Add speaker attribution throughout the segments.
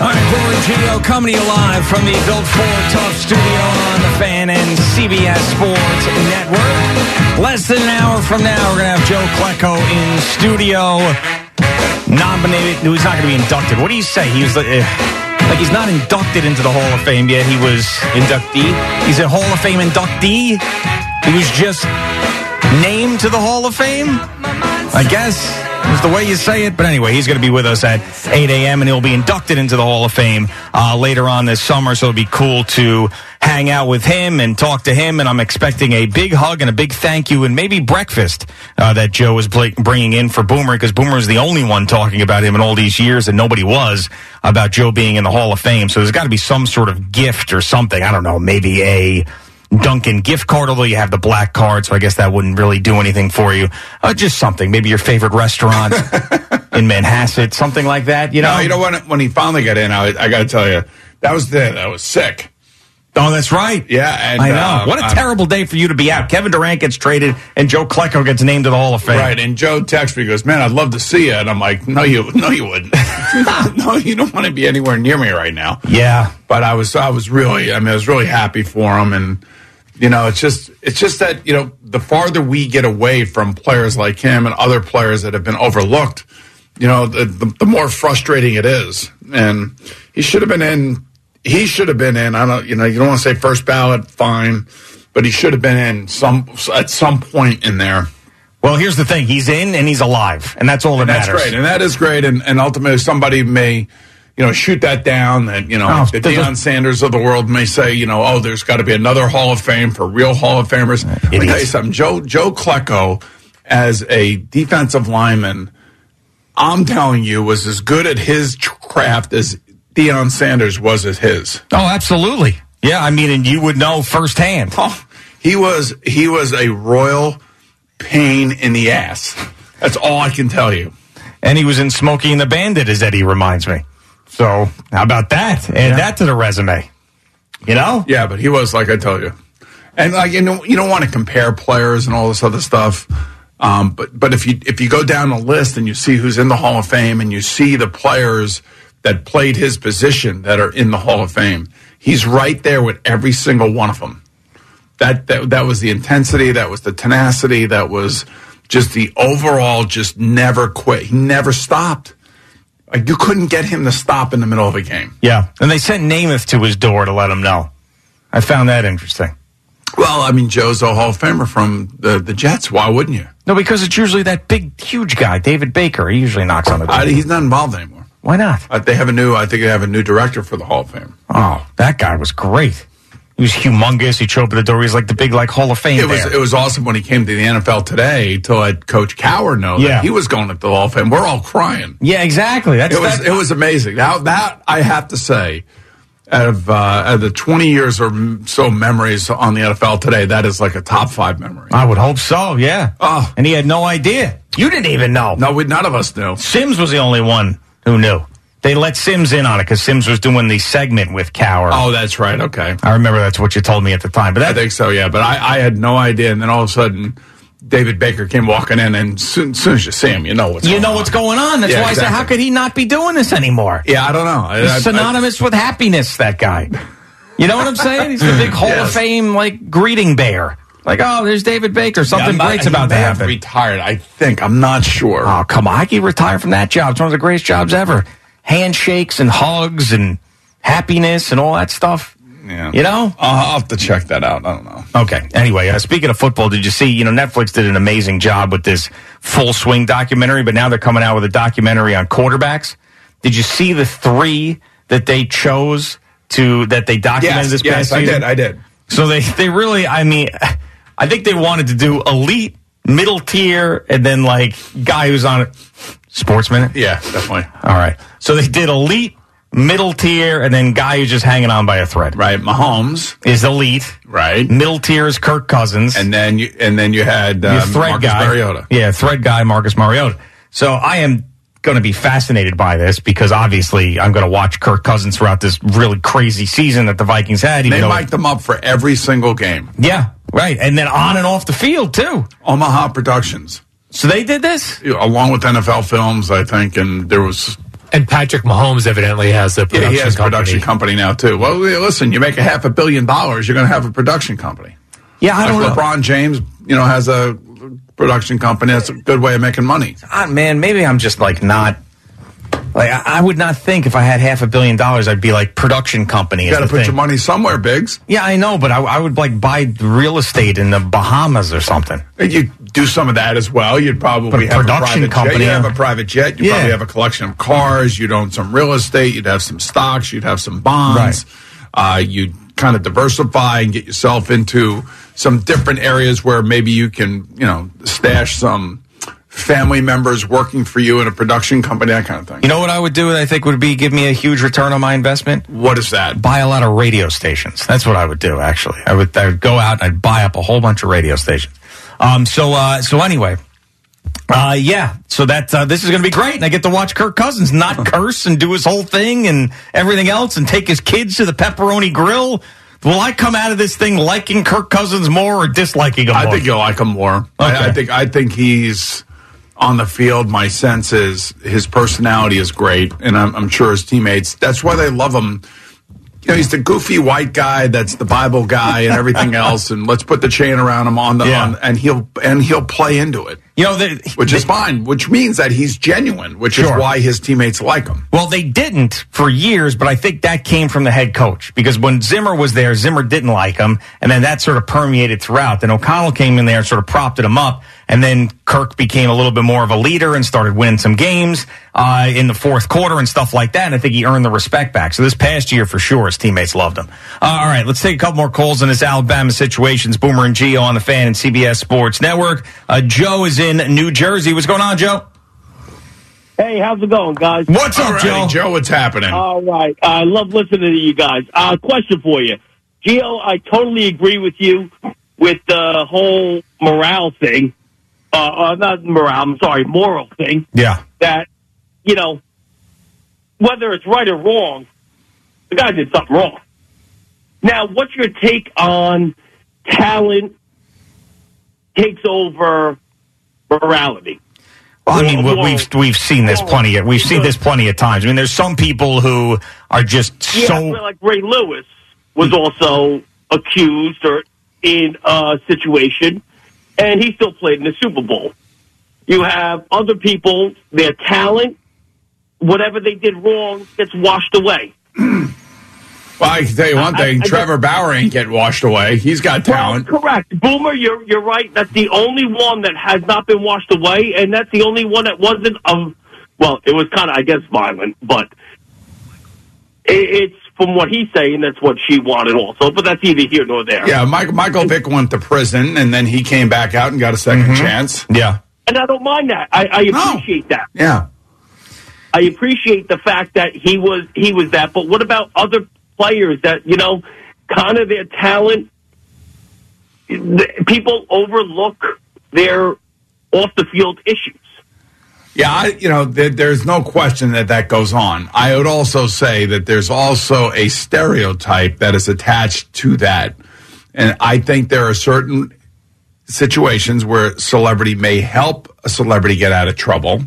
Speaker 1: All right, Brewer and Geo coming to you live from the Built for Tough studio on the Fan and CBS Sports Network. Less than an hour from now, we're going to have Joe Klecko in studio. Nominated, no, he's not going to be inducted. What do you say? He was like, eh, like he's not inducted into the Hall of Fame yet. He was inductee. He's a Hall of Fame inductee. He was just named to the Hall of Fame. I guess is the way you say it. But anyway, he's going to be with us at 8 a.m. and he'll be inducted into the Hall of Fame uh, later on this summer. So it'll be cool to hang out with him and talk to him. And I'm expecting a big hug and a big thank you and maybe breakfast uh, that Joe is bl- bringing in for Boomer because Boomer is the only one talking about him in all these years and nobody was about Joe being in the Hall of Fame. So there's got to be some sort of gift or something. I don't know, maybe a Duncan gift card, although you have the black card, so I guess that wouldn't really do anything for you. Uh, just something, maybe your favorite restaurant in Manhasset, something like that. You know,
Speaker 2: No, you know when when he finally got in, I, I got to tell you, that was the that was sick.
Speaker 1: Oh, that's right.
Speaker 2: Yeah, and,
Speaker 1: I know.
Speaker 2: uh,
Speaker 1: what a
Speaker 2: I'm-
Speaker 1: terrible day for you to be out. Kevin Durant gets traded, and Joe Klecko gets named to the Hall of Fame.
Speaker 2: Right, and Joe texts me, he goes, "Man, I'd love to see you," and I'm like, "No, you, no, you wouldn't. no, you don't want to be anywhere near me right now."
Speaker 1: Yeah.
Speaker 2: But I was, I was really, I mean, I was really happy for him, and you know, it's just, it's just that you know, the farther we get away from players like him and other players that have been overlooked, you know, the the, the more frustrating it is. And he should have been in. He should have been in. I don't, you know, you don't want to say first ballot, fine, but he should have been in some at some point in there.
Speaker 1: Well, here's the thing: he's in and he's alive, and that's all that
Speaker 2: And that's
Speaker 1: matters.
Speaker 2: great, and that is great, and, and ultimately somebody may, you know, shoot that down. That you know,
Speaker 1: Oh,
Speaker 2: the
Speaker 1: there's a-
Speaker 2: Deion Sanders of the world may say, you know, oh, there's got to be another Hall of Fame for real Hall of Famers. Let me tell you
Speaker 1: Idiots.
Speaker 2: something, Joe Joe Klecko, as a defensive lineman, I'm telling you, was as good at his craft as Deion Sanders was at his.
Speaker 1: Oh, absolutely. Yeah, I mean, and you would know firsthand.
Speaker 2: Oh, he was he was a royal pain in the ass. That's all I can tell you.
Speaker 1: and he was in Smokey and the Bandit, as Eddie reminds me. So how about that? Add that to the resume. You know?
Speaker 2: Yeah, but he was like I tell you, and like you know you don't want to compare players and all this other stuff. Um, but but if you if you go down the list and you see who's in the Hall of Fame and you see the players that played his position that are in the Hall of Fame, he's right there with every single one of them. That that that was the intensity, that was the tenacity, that was just the overall just never quit. He never stopped. Like you couldn't get him to stop in the middle of a game.
Speaker 1: Yeah. And they sent Namath to his door to let him know. I found that interesting.
Speaker 2: Well, I mean, Joe's a Hall of Famer from the, the Jets. Why wouldn't you?
Speaker 1: No, because it's usually that big, huge guy, David Baker. He usually knocks on the door.
Speaker 2: I, he's not involved anymore.
Speaker 1: Why not?
Speaker 2: Uh, they have a new. I think they have a new director for the Hall of Fame.
Speaker 1: Oh, that guy was great. He was humongous. He showed up at the door. He's like the big, like Hall of Fame.
Speaker 2: It was
Speaker 1: there.
Speaker 2: it was awesome when he came to the NFL today to let Coach Coward know
Speaker 1: Yeah.
Speaker 2: that he was going to the Hall of Fame. We're all crying.
Speaker 1: yeah, exactly. That's
Speaker 2: It was
Speaker 1: that-
Speaker 2: it was amazing. Now that I have to say, out of, uh, out of the twenty years or m- so memories on the NFL today, that is like a top five memory.
Speaker 1: I would hope so. Yeah.
Speaker 2: Oh.
Speaker 1: and he had no idea. You didn't even know.
Speaker 2: No, we none of us knew.
Speaker 1: Sims was the only one who knew. They let Sims in on it because Sims was doing the segment with Cower.
Speaker 2: Oh, that's right. Okay.
Speaker 1: I remember that's what you told me at the time. But
Speaker 2: I
Speaker 1: that,
Speaker 2: think so, yeah. But I, I had no idea. And then all of a sudden, David Baker came walking in, and soon, soon as you see him, you know what's
Speaker 1: You
Speaker 2: going
Speaker 1: know
Speaker 2: on.
Speaker 1: what's going on. That's
Speaker 2: Yeah,
Speaker 1: why I said,
Speaker 2: exactly.
Speaker 1: how could he not be doing this anymore?
Speaker 2: Yeah, I don't know. I- I- I-
Speaker 1: He's synonymous with happiness, that guy. You know what I'm saying? He's the big Hall of
Speaker 2: Yes.
Speaker 1: Fame like greeting bear. Like, oh, there's David Baker.
Speaker 2: Yeah,
Speaker 1: Something
Speaker 2: I'm not-
Speaker 1: great's
Speaker 2: he
Speaker 1: about to
Speaker 2: may have
Speaker 1: happen.
Speaker 2: Retired, I think. I'm not sure.
Speaker 1: oh, come on. I could retire from that job. It's one of the greatest jobs ever. Handshakes and hugs and happiness and all that stuff.
Speaker 2: Yeah.
Speaker 1: You know?
Speaker 2: I'll I'll have to check that out. I don't know.
Speaker 1: Okay. Anyway, uh, speaking of football, did you see? You know, Netflix did an amazing job with this full swing documentary, but now they're coming out with a documentary on quarterbacks. Did you see the three that they chose to that they documented
Speaker 2: Yes,
Speaker 1: this
Speaker 2: yes,
Speaker 1: past
Speaker 2: I
Speaker 1: season?
Speaker 2: did. I did.
Speaker 1: So they they really, I mean, I think they wanted to do elite, middle tier, and then like guy who's on it, sports minute.
Speaker 2: Yeah, definitely.
Speaker 1: All right. So they did elite, middle tier, and then guy who's just hanging on by a thread.
Speaker 2: Right, Mahomes.
Speaker 1: Is elite.
Speaker 2: Right,
Speaker 1: Middle tier is Kirk Cousins.
Speaker 2: and then you and then you had
Speaker 1: your
Speaker 2: um,
Speaker 1: thread
Speaker 2: Marcus
Speaker 1: guy,
Speaker 2: Mariota.
Speaker 1: yeah, thread guy Marcus Mariota. So I am going to be fascinated by this because obviously I'm going to watch Kirk Cousins throughout this really crazy season that the Vikings had. even
Speaker 2: They
Speaker 1: though-
Speaker 2: mic'd them up for every single game.
Speaker 1: yeah, right, and then on and off the field too.
Speaker 2: Omaha Productions,
Speaker 1: So they did this.
Speaker 2: you know, along with NFL Films, I think, and there was
Speaker 3: And Patrick Mahomes evidently has a
Speaker 2: yeah,
Speaker 3: production
Speaker 2: he has a
Speaker 3: company.
Speaker 2: production company now too. Well, yeah, listen, you make a half a billion dollars, you're going to have a production company.
Speaker 1: Yeah, I don't
Speaker 2: like
Speaker 1: know.
Speaker 2: LeBron James, you know, has a production company. That's a good way of making money.
Speaker 1: Ah, man, maybe I'm just like not. Like I, I would not think if I had half a billion dollars, I'd be like production company.
Speaker 2: You
Speaker 1: is
Speaker 2: got to
Speaker 1: the
Speaker 2: put
Speaker 1: thing.
Speaker 2: your money somewhere, Biggs.
Speaker 1: Yeah, I know, but I, I would like buy real estate in the Bahamas or something.
Speaker 2: You do some of that as well. You'd probably
Speaker 1: But a
Speaker 2: have
Speaker 1: production
Speaker 2: a private
Speaker 1: company,
Speaker 2: Jet. You
Speaker 1: uh,
Speaker 2: have a private jet. You
Speaker 1: Yeah.
Speaker 2: probably have a collection of cars. You'd own some real estate. You'd have some stocks. You'd have some bonds. Uh, you'd kind of diversify and get yourself into some different areas where maybe you can, you know, stash some family members working for you in a production company, that kind of thing.
Speaker 1: You know what I would do? that I think would be give me a huge return on my investment.
Speaker 2: what is that?
Speaker 1: Buy a lot of radio stations. That's what I would do. Actually, I would I would go out and I'd buy up a whole bunch of radio stations. Um. So uh. So anyway. Uh. Yeah. So that uh, this is going to be great, and I get to watch Kirk Cousins not curse and do his whole thing and everything else, and take his kids to the pepperoni grill. Will I come out of this thing liking Kirk Cousins more or disliking him?
Speaker 2: I
Speaker 1: more?
Speaker 2: think you'll like him more.
Speaker 1: Okay.
Speaker 2: I, I think I think he's on the field. My sense is his personality is great, and I'm, I'm sure his teammates. That's why they love him. You know, he's the goofy white guy. That's the Bible guy and everything else. And let's put the chain around him on the
Speaker 1: Yeah.
Speaker 2: on, and he'll and he'll play into it,
Speaker 1: you know the,
Speaker 2: which is fine. Which means that he's genuine, which
Speaker 1: Sure.
Speaker 2: is why his teammates like him.
Speaker 1: Well, they didn't for years, but I think that came from the head coach because when Zimmer was there, Zimmer didn't like him, and then that sort of permeated throughout. Then O'Connell came in there and sort of propped him up, and then Kirk became a little bit more of a leader and started winning some games uh, in the fourth quarter and stuff like that. And I think he earned the respect back. So this past year, for sure, his teammates loved him. Uh, all right, let's take a couple more calls on this Alabama situations. Boomer and Geo on the Fan and CBS Sports Network. Uh, Joe is in New Jersey. What's going on, Joe?
Speaker 4: Hey, how's it going, guys?
Speaker 1: What's up,
Speaker 2: Alrighty,
Speaker 1: Joe?
Speaker 2: Joe, what's happening?
Speaker 4: All right. I love listening to you guys. Uh, question for you. Gio, I totally agree with you with the whole morale thing. Uh, uh, not morale, I'm sorry, moral thing.
Speaker 1: Yeah.
Speaker 4: That, you know, whether it's right or wrong, the guy did something wrong. Now, what's your take on talent takes over morality?
Speaker 1: Well, I mean,
Speaker 4: Well,
Speaker 1: we- we've
Speaker 4: well,
Speaker 1: we've seen this
Speaker 4: well,
Speaker 1: plenty. Of, we've seen this plenty of times. I mean, there's some people who are just
Speaker 4: Yeah, well,
Speaker 1: so
Speaker 4: like Ray Lewis was also accused or in a situation, and he still played in the Super Bowl. You have other people, their talent, whatever they did wrong, gets washed away.
Speaker 2: well, I can tell you one
Speaker 4: I-
Speaker 2: thing:
Speaker 4: I- I
Speaker 2: Trevor Bauer ain't get washed away. He's got talent.
Speaker 4: Well, correct, Boomer. You're you're right. That's the only one that has not been washed away, and that's the only one that wasn't of. Well, it was kind of, I guess, violent, but it, it's from what he's saying. That's what she wanted, also. But that's either here nor there.
Speaker 2: Yeah, Mike, Michael Vick went to prison, and then he came back out and got a 2nd chance.
Speaker 1: Mm-hmm. yeah.
Speaker 4: and I don't mind that. I, I
Speaker 2: No.
Speaker 4: appreciate that.
Speaker 2: Yeah.
Speaker 4: I appreciate the fact that he was he was that. But what about other players that you know, kind of their talent? th- People overlook their off the field issues.
Speaker 2: Yeah, I, you know, there, there's no question that that goes on. I would also say that there's also a stereotype that is attached to that. And I think there are certain situations where celebrity may help a celebrity get out of trouble,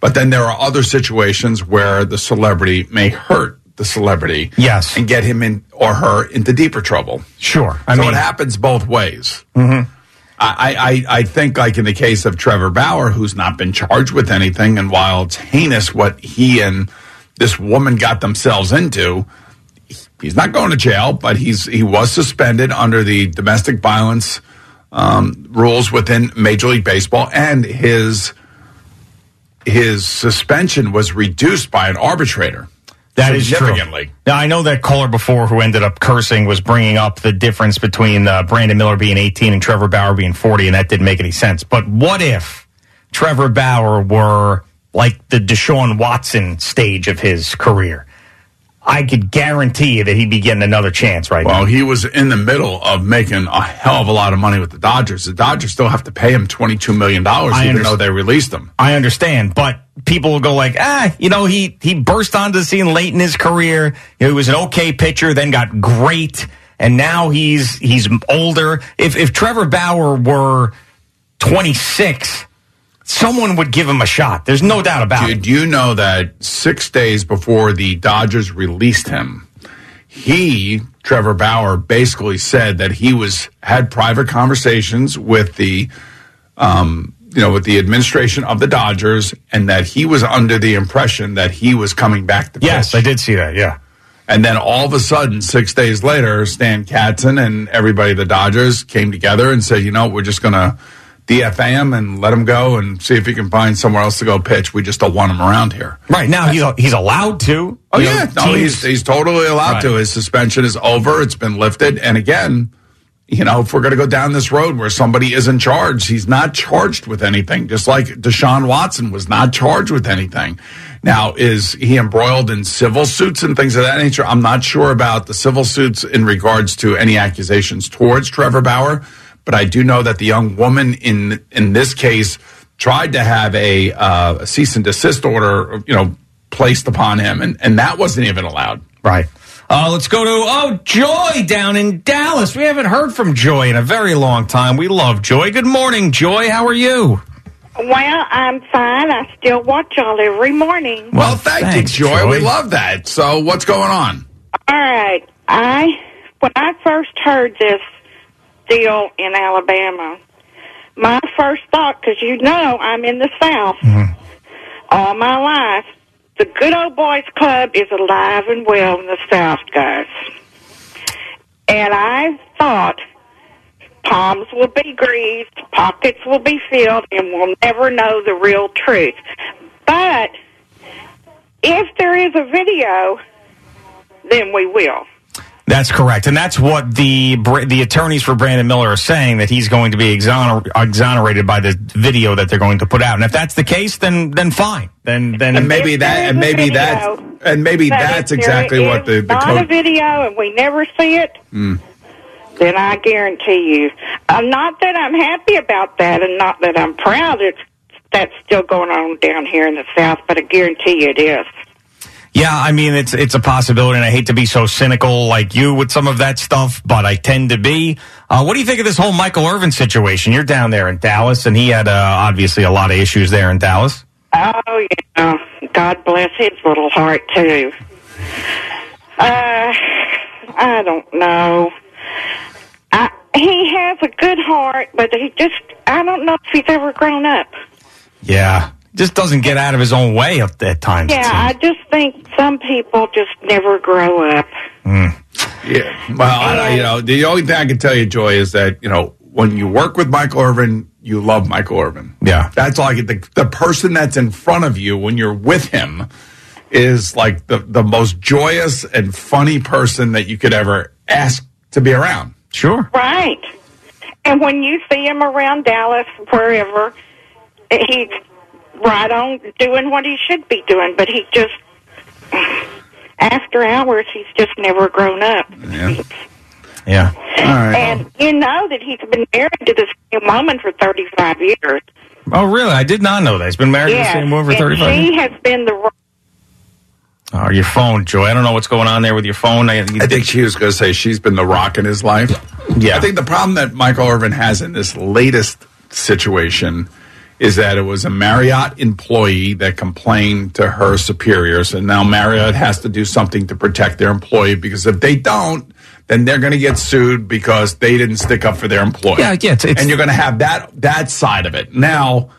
Speaker 2: but then there are other situations where the celebrity may hurt the celebrity,
Speaker 5: Yes.
Speaker 2: and get him in or her into deeper trouble.
Speaker 5: Sure. I
Speaker 2: so
Speaker 5: mean,
Speaker 2: it happens both ways. Mm-hmm. I, I, I think, like in the case of Trevor Bauer, who's not been charged with anything, and while it's heinous what he and this woman got themselves into, he's not going to jail, but he's he was suspended under the domestic violence um, rules within Major League Baseball, and his his suspension was reduced by an arbitrator.
Speaker 1: That is true.
Speaker 2: significantly.
Speaker 1: Now I know that caller before who ended up cursing was bringing up the difference between uh, Brandon Miller being 18 and Trevor Bauer being 40, and that didn't make any sense. But what if Trevor Bauer were like the Deshaun Watson stage of his career? I could guarantee you that he'd be getting another chance right
Speaker 2: Well,
Speaker 1: now.
Speaker 2: he was in the middle of making a hell of a lot of money with the Dodgers. The Dodgers still have to pay him twenty-two million dollars,
Speaker 1: I
Speaker 2: even
Speaker 1: underst-
Speaker 2: though they released him.
Speaker 1: I understand, but people will go like, ah, you know, he he burst onto the scene late in his career. He was an okay pitcher, then got great, and now he's he's older. If if Trevor Bauer were 26, someone would give him a shot. There's no doubt about
Speaker 2: Did
Speaker 1: it.
Speaker 2: you know that six days before the Dodgers released him, he, Trevor Bauer, basically said that he was had private conversations with the, um, you know, with the administration of the Dodgers, and that he was under the impression that he was coming back to
Speaker 1: Yes,
Speaker 2: pitch.
Speaker 1: I did see that. Yeah.
Speaker 2: And then all of a sudden, six days later, Stan Katzen and everybody, at the Dodgers, came together and said, you know, we're just going to DFA him and let him go and see if he can find somewhere else to go pitch. We just don't want him around here.
Speaker 1: Right now he's he's allowed to.
Speaker 2: Oh,
Speaker 1: You know,
Speaker 2: yeah. no,
Speaker 1: teams-
Speaker 2: he's, he's totally allowed to. His suspension is over, it's been lifted. And again, you know, if we're going to go down this road where somebody is in charge, he's not charged with anything, just like Deshaun Watson was not charged with anything. Now, is he embroiled in civil suits and things of that nature? I'm not sure about the civil suits in regards to any accusations towards Trevor Bauer, but I do know that the young woman in in this case tried to have a, uh, a cease and desist order, you know, placed upon him, and, and that wasn't even allowed.
Speaker 1: Right. Uh, let's go to oh Joy down in Dallas. We haven't heard from Joy in a very long time. We love Joy. Good morning, Joy. How are you?
Speaker 6: Well, I'm fine. I still watch y'all every morning.
Speaker 2: Well, thank
Speaker 1: thanks,
Speaker 2: you, Joy. We
Speaker 1: Joy.
Speaker 2: love that. So, what's going on?
Speaker 6: All right. I when I first heard this deal in Alabama, my first thought, because you know I'm in the South all my life, the good old boys club is alive and well in the South, guys. And I thought palms will be greased, pockets will be filled, and we'll never know the real truth. But if there is a video, then we will.
Speaker 1: That's correct, and that's what the Bra- the attorneys for Brandon Miller are saying that he's going to be exoner- exonerated by the video that they're going to put out. And if that's the case, then then fine. Then then
Speaker 2: And maybe
Speaker 6: If
Speaker 2: that,
Speaker 6: there
Speaker 2: and
Speaker 6: is a
Speaker 2: maybe that,
Speaker 6: video,
Speaker 2: and maybe
Speaker 6: But
Speaker 2: that's
Speaker 6: if
Speaker 2: exactly
Speaker 6: there
Speaker 2: what
Speaker 6: is
Speaker 2: the the
Speaker 6: not a
Speaker 2: code.
Speaker 6: video and we never see it,
Speaker 1: Hmm.
Speaker 6: then I guarantee you. Uh, not that I'm happy about that, and not that I'm proud. It's that's still going on down here in the South, but I guarantee you it is.
Speaker 1: Yeah, I mean it's it's a possibility, and I hate to be so cynical like you with some of that stuff, but I tend to be. Uh, what do you think of this whole Michael Irvin situation? You're down there in Dallas, and he had uh, obviously a lot of issues there in Dallas.
Speaker 6: Oh yeah, God bless his little heart too. Uh, I don't know. I, he has a good heart, but he just—I don't know if he's ever grown up.
Speaker 1: Yeah, just doesn't get out of his own way at, at times. it
Speaker 6: Yeah,
Speaker 1: seems.
Speaker 6: I just think some people just never grow up.
Speaker 2: Mm. Yeah. Well, I, you know, the only thing I can tell you, Joy, is that you know when you work with Michael Irvin, you love Michael Irvin.
Speaker 1: Yeah.
Speaker 2: that's all I get. The, the person that's in front of you when you're with him is like the the most joyous and funny person that you could ever ask to be around.
Speaker 1: sure.
Speaker 6: Right. And when you see him around Dallas, wherever, he's right on doing what he should be doing, but he just, after hours, he's just never grown up.
Speaker 2: Yeah.
Speaker 1: Yeah.
Speaker 2: All right.
Speaker 6: And you know that he's been married to the same woman for 35 years.
Speaker 1: Oh, really? I did not know that. He's been married
Speaker 6: Yes.
Speaker 1: to the same woman for
Speaker 6: and
Speaker 1: 35
Speaker 6: she
Speaker 1: years.
Speaker 6: has been the
Speaker 1: Oh, your phone, Joy. I don't know what's going on there with your phone. I,
Speaker 2: I think she was going to say she's been the rock in his life.
Speaker 1: Yeah.
Speaker 2: I think the problem that Michael Irvin has in this latest situation is that it was a Marriott employee that complained to her superiors, and now Marriott has to do something to protect their employee because if they don't, then they're going to get sued because they didn't stick up for their employee.
Speaker 1: Yeah, yeah, it's- it's-
Speaker 2: and you're going to have that that side of it now.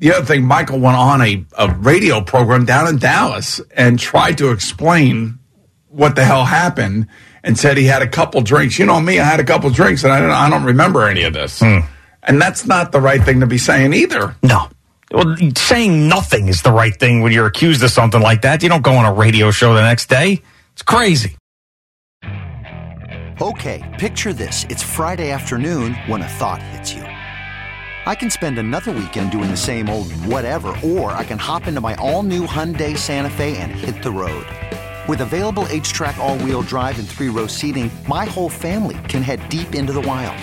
Speaker 2: The other thing, Michael went on a, a radio program down in Dallas and tried to explain what the hell happened and said he had a couple drinks. You know me, I had a couple drinks and I don't, I don't remember any of this.
Speaker 7: Hmm.
Speaker 2: And that's not the right thing to be saying either.
Speaker 1: No. Well, saying nothing is the right thing when you're accused of something like that. You don't go on a radio show the next day. It's crazy.
Speaker 8: Okay, picture this. It's Friday afternoon when a thought hits you. I can spend another weekend doing the same old whatever, or I can hop into my all new Hyundai Santa Fe and hit the road. With available H track, all wheel drive, and three row seating, my whole family can head deep into the wild.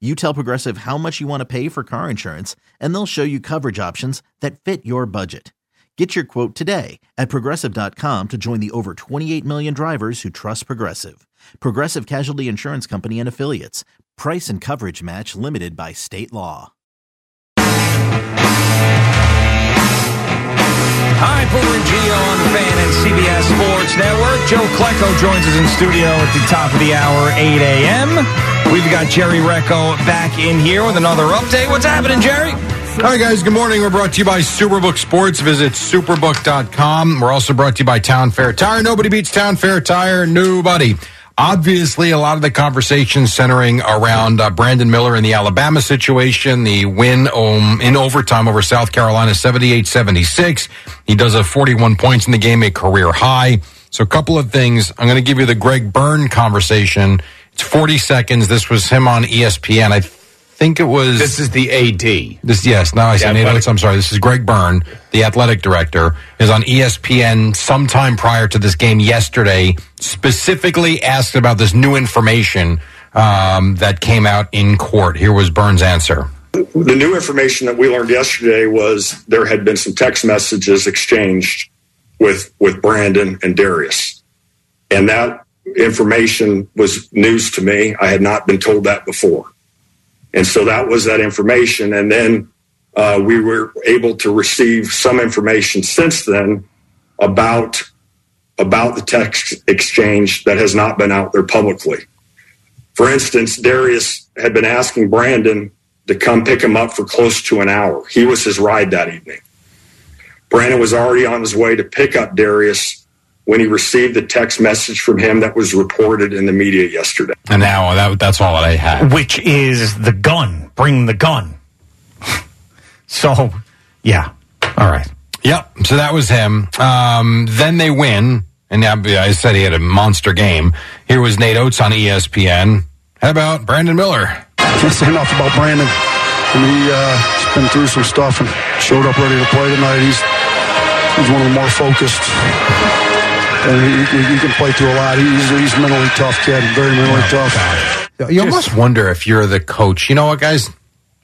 Speaker 9: You tell Progressive how much you want to pay for car insurance, and they'll show you coverage options that fit your budget. Get your quote today at progressive.com to join the over 28 million drivers who trust Progressive. Progressive Casualty Insurance Company and Affiliates. Price and coverage match limited by state law.
Speaker 1: Hi, Boomer and Gio on the Fan and CBS Sports Network. Joe Klecko joins us in studio at the top of the hour, 8 a.m. We've got Jerry Recco back in here with another update. What's happening, Jerry?
Speaker 7: Hi, guys. Good morning. We're brought to you by Superbook Sports. Visit superbook.com. We're also brought to you by Town Fair Tire. Nobody beats Town Fair Tire. Nobody. Obviously, a lot of the conversation centering around uh, Brandon Miller and the Alabama situation, the win um, in overtime over South Carolina, 78 76. He does have 41 points in the game, a career high. So, a couple of things. I'm going to give you the Greg Byrne conversation. It's 40 seconds. This was him on E ESPN. I think it was.
Speaker 2: This is the AD.
Speaker 7: This yes, now I say
Speaker 2: athletic-
Speaker 7: Nato. I'm sorry. This is Greg Byrne, the athletic director, is on E ESPN sometime prior to this game yesterday. Specifically asked about this new information um, that came out in court. Here was Byrne's answer.
Speaker 10: the new information that we learned yesterday was there had been some text messages exchanged with with Brandon and Darius, and that information was news to me. I had not been told that before, and so that was that information. And then uh, we were able to receive some information since then about about the text exchange that has not been out there publicly. For instance, Darius had been asking Brandon to come pick him up for close to an hour. He was his ride that evening. Brandon was already on his way to pick up Darius when he received the text message from him that was reported in the media yesterday.
Speaker 7: And now that, that's all that I had.
Speaker 1: Which is the gun. Bring the gun. so, yeah. All right.
Speaker 7: Yep. So that was him. Um, then they win, and I I said he had a monster game. Here was Nate Oates on E ESPN. How about Brandon Miller?
Speaker 10: Can't say enough about Brandon. I mean, he uh, has been through some stuff and showed up ready to play tonight. He's he's one of the more focused, and he, he, he can play through a lot. He's he's a mentally tough kid, very mentally tough.
Speaker 7: You almost wonder if you're the coach. You know what, guys?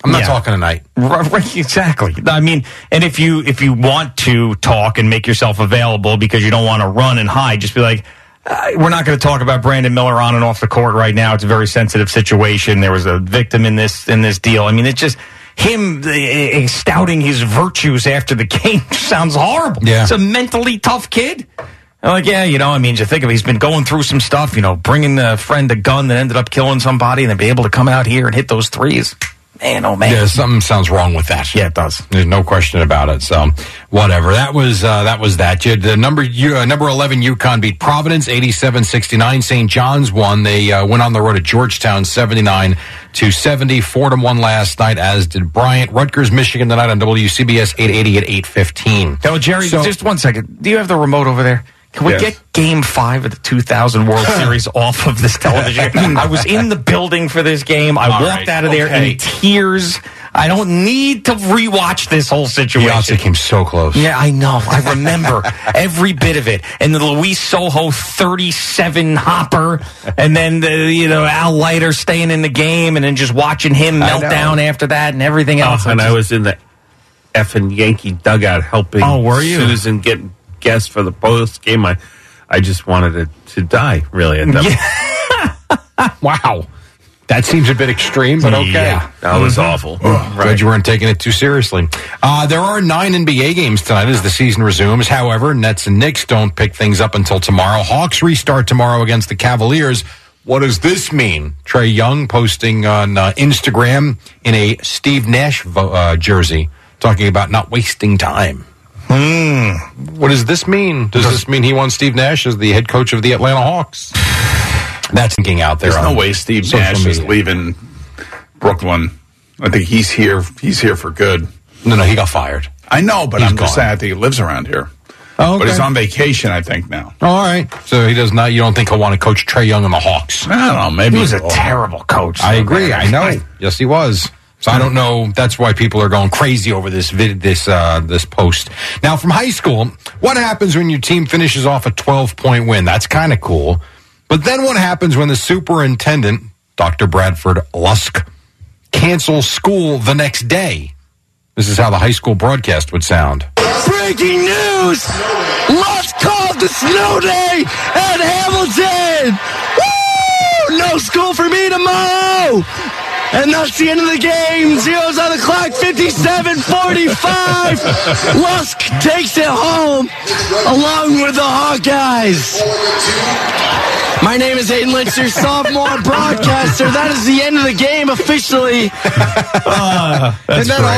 Speaker 7: I'm not
Speaker 1: Yeah.
Speaker 7: talking tonight.
Speaker 1: Right, right, exactly. I mean, and if you if you want to talk and make yourself available because you don't want to run and hide, just be like, uh, we're not going to talk about Brandon Miller on and off the court right now. It's a very sensitive situation. There was a victim in this in this deal. I mean, it's just him uh, uh, stouting his virtues after the game sounds horrible.
Speaker 7: Yeah.
Speaker 1: It's a mentally tough kid. I'm like, yeah, you know, I mean, you think of it, he's been going through some stuff, you know, bringing a friend a gun that ended up killing somebody and then be able to come out here and hit those threes. Man, oh man.
Speaker 7: Yeah, something sounds wrong with that.
Speaker 1: Yeah, it does.
Speaker 7: There's no question about it. So, whatever. That was uh, that was that. You, the number you, uh, number eleven Yukon beat Providence 87-69. St. John's won. They uh, went on the road at Georgetown seventy nine to seventy. Fordham won last night, as did Bryant. Rutgers, Michigan tonight on WCBS eight eighty at eight fifteen.
Speaker 1: Oh, Jerry,
Speaker 7: So-
Speaker 1: just one second. Do you have the remote over there? Can we
Speaker 2: Yes.
Speaker 1: get Game Five of the 2000 World Series off of this television? I was in the building for this game. I
Speaker 7: All
Speaker 1: walked
Speaker 7: right,
Speaker 1: out of there
Speaker 7: okay.
Speaker 1: in tears. I don't need to rewatch this whole situation.
Speaker 7: Beyonce came so close.
Speaker 1: Yeah, I know. I remember every bit of it. And the Luis Soho 37 hopper, and then the, you know Al Leiter staying in the game, and then just watching him melt
Speaker 11: know.
Speaker 1: down after that, and everything
Speaker 11: Oh,
Speaker 1: else.
Speaker 11: and I
Speaker 1: just-
Speaker 11: was in the effing Yankee dugout helping
Speaker 1: Oh, were you?
Speaker 11: Susan get guests for the post game. I, I just wanted to, to die, really. At that
Speaker 1: Yeah.
Speaker 7: Wow. That seems a bit extreme, but okay. Mm-hmm.
Speaker 11: Yeah, that was awful.
Speaker 7: Glad you weren't taking it too seriously. Uh, there are nine NBA games tonight as the season resumes. However, Nets and Knicks don't pick things up until tomorrow. Hawks restart tomorrow against the Cavaliers. What does this mean? Trey Young posting on uh, Instagram in a Steve Nash vo- uh, jersey talking about not wasting time.
Speaker 1: Mm.
Speaker 7: Hmm. What does this mean? Does this mean he wants Steve Nash as the head coach of the Atlanta Hawks? That's thinking out there.
Speaker 2: There's no
Speaker 7: on
Speaker 2: way Steve
Speaker 7: social
Speaker 2: Nash is
Speaker 7: media.
Speaker 2: leaving Brooklyn. I think he's here. He's here for good.
Speaker 7: No, no, he got fired.
Speaker 2: I know, but
Speaker 7: He's
Speaker 2: I'm just
Speaker 7: gone.
Speaker 2: saying I think he lives around here.
Speaker 7: Oh, okay.
Speaker 2: But he's on vacation, I think now.
Speaker 7: All right. So he does not. You don't think he'll want to coach Trey Young and the Hawks?
Speaker 2: I don't know. Maybe
Speaker 1: he was a
Speaker 2: he'll-
Speaker 1: terrible coach.
Speaker 7: I agree. I know.
Speaker 2: I-
Speaker 7: Yes, he was. So I don't know. That's why people are going crazy over this vid, this uh, this post. Now from high school, what happens when your team finishes off a twelve point win? That's kind of cool. But then what happens when the superintendent, Dr. Bradford Lusk, cancels school the next day? This is how the high school broadcast would sound.
Speaker 12: Breaking news! Lusk called the snow day at Hamilton! Woo! No school for me tomorrow! And that's the end of the game. Zero's on the clock, 57-45. Lusk takes it home along with the Hawkeyes. My name is Aiden Litzer, sophomore broadcaster. That is the end of the game officially.
Speaker 7: Isn't that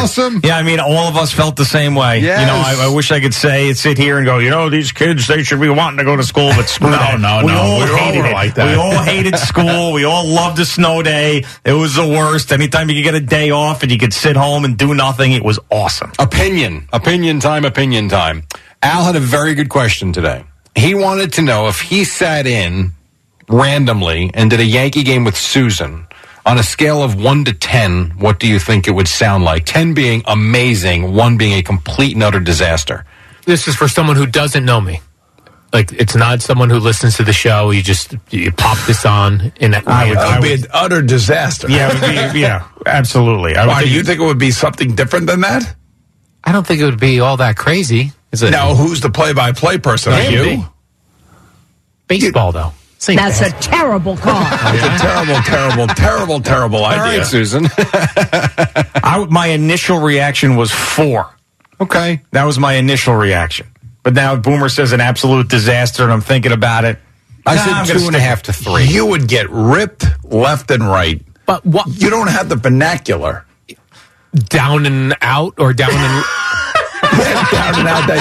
Speaker 7: awesome?
Speaker 1: Yeah, I mean, all of us felt the same way. You know,
Speaker 7: Yes.
Speaker 1: I, I wish I could say sit here and go, you know, these kids they should be wanting to go to school, but screw
Speaker 2: No,
Speaker 1: that.
Speaker 2: no,
Speaker 1: we
Speaker 2: no.
Speaker 1: All
Speaker 2: We all
Speaker 1: hated
Speaker 2: were
Speaker 1: it.
Speaker 2: like that.
Speaker 1: We all hated school. We all loved a snow day. It was the worst. Anytime you could get a day off and you could sit home and do nothing, it was awesome.
Speaker 7: Opinion, opinion time, opinion time. Al had a very good question today. He wanted to know if he sat in randomly and did a Yankee game with Susan on a scale of 1 to 10, what do you think it would sound like? 10 being amazing, 1 being a complete and utter disaster.
Speaker 12: this is for someone who doesn't know me. Like it's not someone who listens to the show. You just you pop this on, and I would,
Speaker 2: That
Speaker 12: I
Speaker 2: would be
Speaker 12: would,
Speaker 2: an utter disaster.
Speaker 1: Yeah, it would be, yeah, absolutely. I would
Speaker 2: Why do
Speaker 1: think
Speaker 2: you think it would be something different than that?
Speaker 12: I don't think it would be all that crazy. Is it
Speaker 2: Now, who's the play-by-play person? Are you?
Speaker 12: baseball though? Same
Speaker 13: That's a terrible call.
Speaker 2: It's a terrible, terrible, terrible, terrible
Speaker 7: All right,
Speaker 2: idea.
Speaker 7: Susan.
Speaker 1: I would- my initial reaction was four.
Speaker 7: okay.
Speaker 1: That was my initial reaction. But now Boomer says an absolute disaster, and I'm thinking about it.
Speaker 7: I
Speaker 1: Nah, I'm
Speaker 7: said
Speaker 1: gonna
Speaker 7: two and a
Speaker 1: stick-
Speaker 7: half to 3.
Speaker 2: You would get ripped left and right.
Speaker 12: but what
Speaker 2: You don't have the vernacular.
Speaker 12: down and out or down and
Speaker 2: down and out that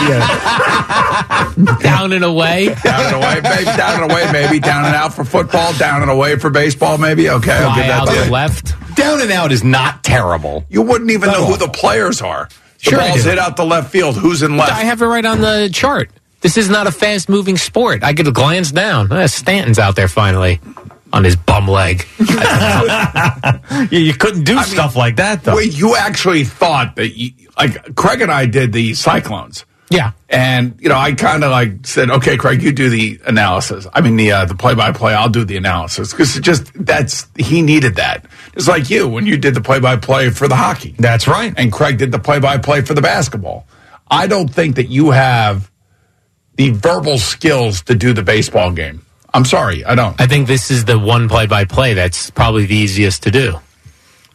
Speaker 12: down and away?
Speaker 2: yeah. Down and away, maybe. Down and away, maybe. Down and out for football. Down and away for baseball, maybe. Okay, I'll give
Speaker 12: Fly
Speaker 2: that
Speaker 12: out
Speaker 2: to
Speaker 12: the
Speaker 2: you.
Speaker 12: left.
Speaker 7: Down and out is not terrible.
Speaker 2: You wouldn't even know who the players are. The
Speaker 12: Sure I
Speaker 2: ball's
Speaker 12: do.
Speaker 2: hit out the left field. Who's in left?
Speaker 12: I have it right on the chart. This is not a fast moving sport. I could glance down. Ah, Stanton's out there finally on his bum leg.
Speaker 1: You, you couldn't do stuff like that, though.
Speaker 2: Wait, you actually thought that you, like Craig and I did the Cyclones.
Speaker 12: Yeah.
Speaker 2: And you know, I kind of like said, "Okay, Craig, you do the analysis. I mean, the uh, the play by play. I'll do the analysis because it just that's he needed that. It's like you when you did the play by play for the hockey.
Speaker 1: That's right.
Speaker 2: and Craig did the play by play for the basketball. I don't think that you have the verbal skills to do the baseball game. I'm sorry, I don't.
Speaker 12: I think this is the one play by play that's probably the easiest to do.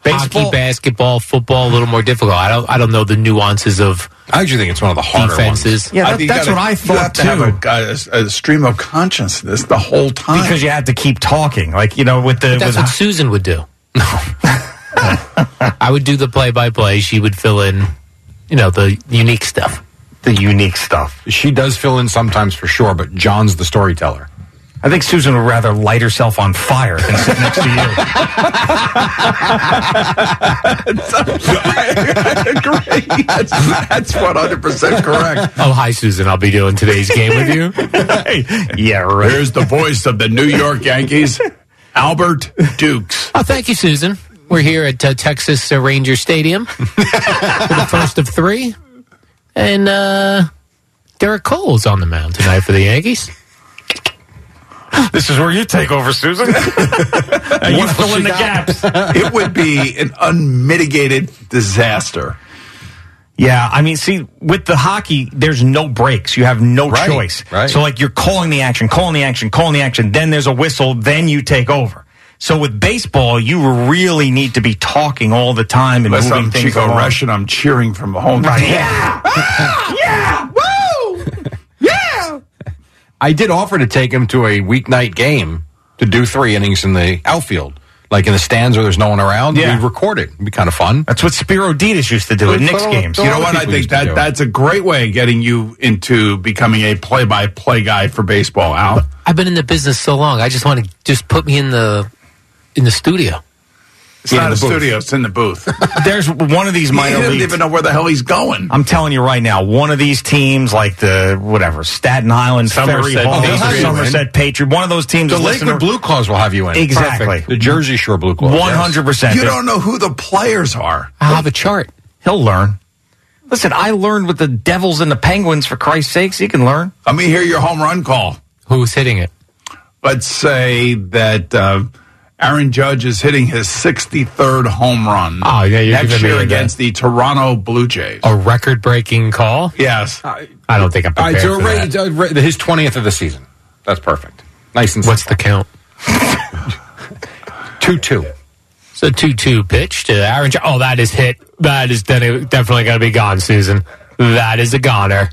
Speaker 1: Baseball-
Speaker 12: Hockey, basketball, football, a little more difficult. I don't I don't know the nuances of
Speaker 7: I actually think it's one of the harder ones.
Speaker 12: defenses.
Speaker 1: Yeah, that-
Speaker 2: think you
Speaker 1: that's
Speaker 2: gotta-
Speaker 1: what I
Speaker 2: you have
Speaker 1: thought
Speaker 2: to have
Speaker 1: too.
Speaker 2: a- a, a stream of consciousness the whole time
Speaker 1: Because you had to keep talking, like you know, with the
Speaker 12: That's
Speaker 1: with
Speaker 12: what Susan would do. I would do the play by play. She would fill in, you know, the unique stuff.
Speaker 1: the unique stuff.
Speaker 7: She does fill in sometimes for sure, but John's the storyteller.
Speaker 1: I think Susan would rather light herself on fire than sit next to you.
Speaker 2: Great. That's, that's 100% correct.
Speaker 11: Oh, hi, Susan. I'll be doing today's game with you. yeah, right.
Speaker 2: Here's the voice of the New York Yankees, Albert Dukes.
Speaker 3: Oh, thank you, Susan. We're here at uh, Texas uh, Ranger Stadium for the first of three. And uh, Derek Cole's on the mound tonight for the Yankees.
Speaker 1: This is where you take over, Susan. and you
Speaker 2: What
Speaker 1: fill
Speaker 2: else
Speaker 1: in
Speaker 2: you
Speaker 1: the
Speaker 2: got?
Speaker 1: gaps.
Speaker 2: It would be an unmitigated disaster.
Speaker 1: Yeah, I mean, see, with the hockey, there's no breaks. You have no
Speaker 7: Right,
Speaker 1: choice.
Speaker 7: right.
Speaker 1: So, like, you're calling the action, calling the action, calling the action. Then there's a whistle. Then you take over. So with baseball, you really need to be talking all the time and
Speaker 2: Unless
Speaker 1: moving
Speaker 2: I'm
Speaker 1: things
Speaker 2: Chico
Speaker 1: along.
Speaker 2: Rush and I'm cheering from the home.
Speaker 1: Right.
Speaker 7: I did offer to take him to a weeknight game to do three innings in the outfield, like in the stands where there's no one around.
Speaker 1: Yeah.
Speaker 7: We'd record it. It'd be kind of fun.
Speaker 1: That's what Spiro Ditas used to do
Speaker 7: Well,
Speaker 1: at Knicks
Speaker 7: throw-
Speaker 1: games.
Speaker 7: throw-
Speaker 2: You know what? I
Speaker 7: people used
Speaker 2: think
Speaker 7: to
Speaker 2: that
Speaker 7: do it.
Speaker 2: that's a great way of getting you into becoming a play-by-play guy for baseball, Al.
Speaker 3: I've been in the business so long. I just want to just put me in the in the studio.
Speaker 2: It's not a
Speaker 7: the booth.
Speaker 2: studio; it's in the booth.
Speaker 1: There's one of these
Speaker 2: I
Speaker 1: minor
Speaker 2: don't
Speaker 1: leagues.
Speaker 2: even know where the hell he's going.
Speaker 1: I'm telling you right now, one of these teams, like the whatever Staten Island Ferry
Speaker 11: Somerset
Speaker 1: Hall,
Speaker 7: Patriot.
Speaker 1: Somerset Patriot, one of those teams.
Speaker 7: The
Speaker 1: is listening
Speaker 7: Lakewood
Speaker 1: to-
Speaker 7: Blue Claws will have you in.
Speaker 1: Exactly.
Speaker 7: Perfect. The Jersey Shore Blue Claws.
Speaker 1: One hundred percent.
Speaker 2: You don't know who the players are.
Speaker 3: I'll have a chart.
Speaker 1: He'll learn. Listen, I learned with the Devils and the Penguins. For Christ's sakes, he can learn.
Speaker 2: Let me hear your home run call.
Speaker 3: Who's hitting it?
Speaker 2: Let's say that uh, Aaron Judge is hitting his 63rd home run.
Speaker 3: Oh, yeah, you're
Speaker 2: next
Speaker 3: giving me
Speaker 2: year
Speaker 3: that.
Speaker 2: against the Toronto Blue Jays.
Speaker 3: A record-breaking call?
Speaker 2: Yes,
Speaker 3: I don't think I'm
Speaker 7: All
Speaker 3: prepared
Speaker 7: right, so
Speaker 3: for
Speaker 7: ra-
Speaker 3: that.
Speaker 7: uh, ra- his 20th of the season. That's perfect. Nice and
Speaker 3: What's the count?
Speaker 7: 2 2.
Speaker 3: So two-two pitch to Aaron. Jo- Oh, that is hit. That is de- definitely going to be gone, Susan. That is a goner.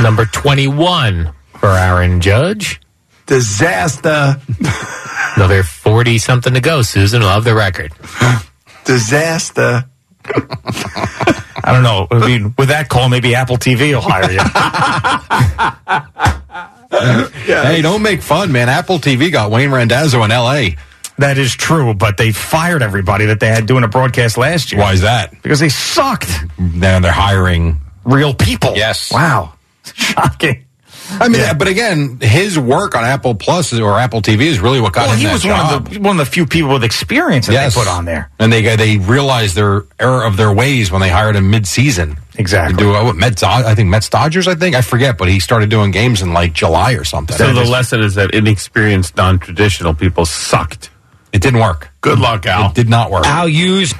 Speaker 3: Number twenty-one for Aaron Judge.
Speaker 2: disaster,
Speaker 3: Another forty something to go. Susan will have the record.
Speaker 2: disaster.
Speaker 1: I don't know. I mean, with that call, maybe Apple TV will hire you.
Speaker 7: Hey, don't make fun, man. Apple TV got Wayne Randazzo in L.A.
Speaker 1: that is true, but they fired everybody that they had doing a broadcast last year.
Speaker 7: Why is that?
Speaker 1: Because they sucked.
Speaker 7: Now they're hiring.
Speaker 1: Real people.
Speaker 7: Yes.
Speaker 1: Wow. Shocking.
Speaker 7: I mean, but again, his work on Apple Plus or Apple TV is really what got
Speaker 1: Well,
Speaker 7: him
Speaker 1: he
Speaker 7: that
Speaker 1: was one
Speaker 7: job.
Speaker 1: of the one of the few people with experience that
Speaker 7: Yes.
Speaker 1: they put on there.
Speaker 7: And they they realized their error of their ways when they hired him mid season.
Speaker 1: Exactly.
Speaker 7: Do uh, what Mets? Dod- I think Mets Dodgers. I think I forget, but he started doing games in like July or something.
Speaker 11: So the lesson is that inexperienced, non-traditional people sucked.
Speaker 7: it didn't work.
Speaker 2: Good luck, Al.
Speaker 7: Did not work.
Speaker 3: Al Hughes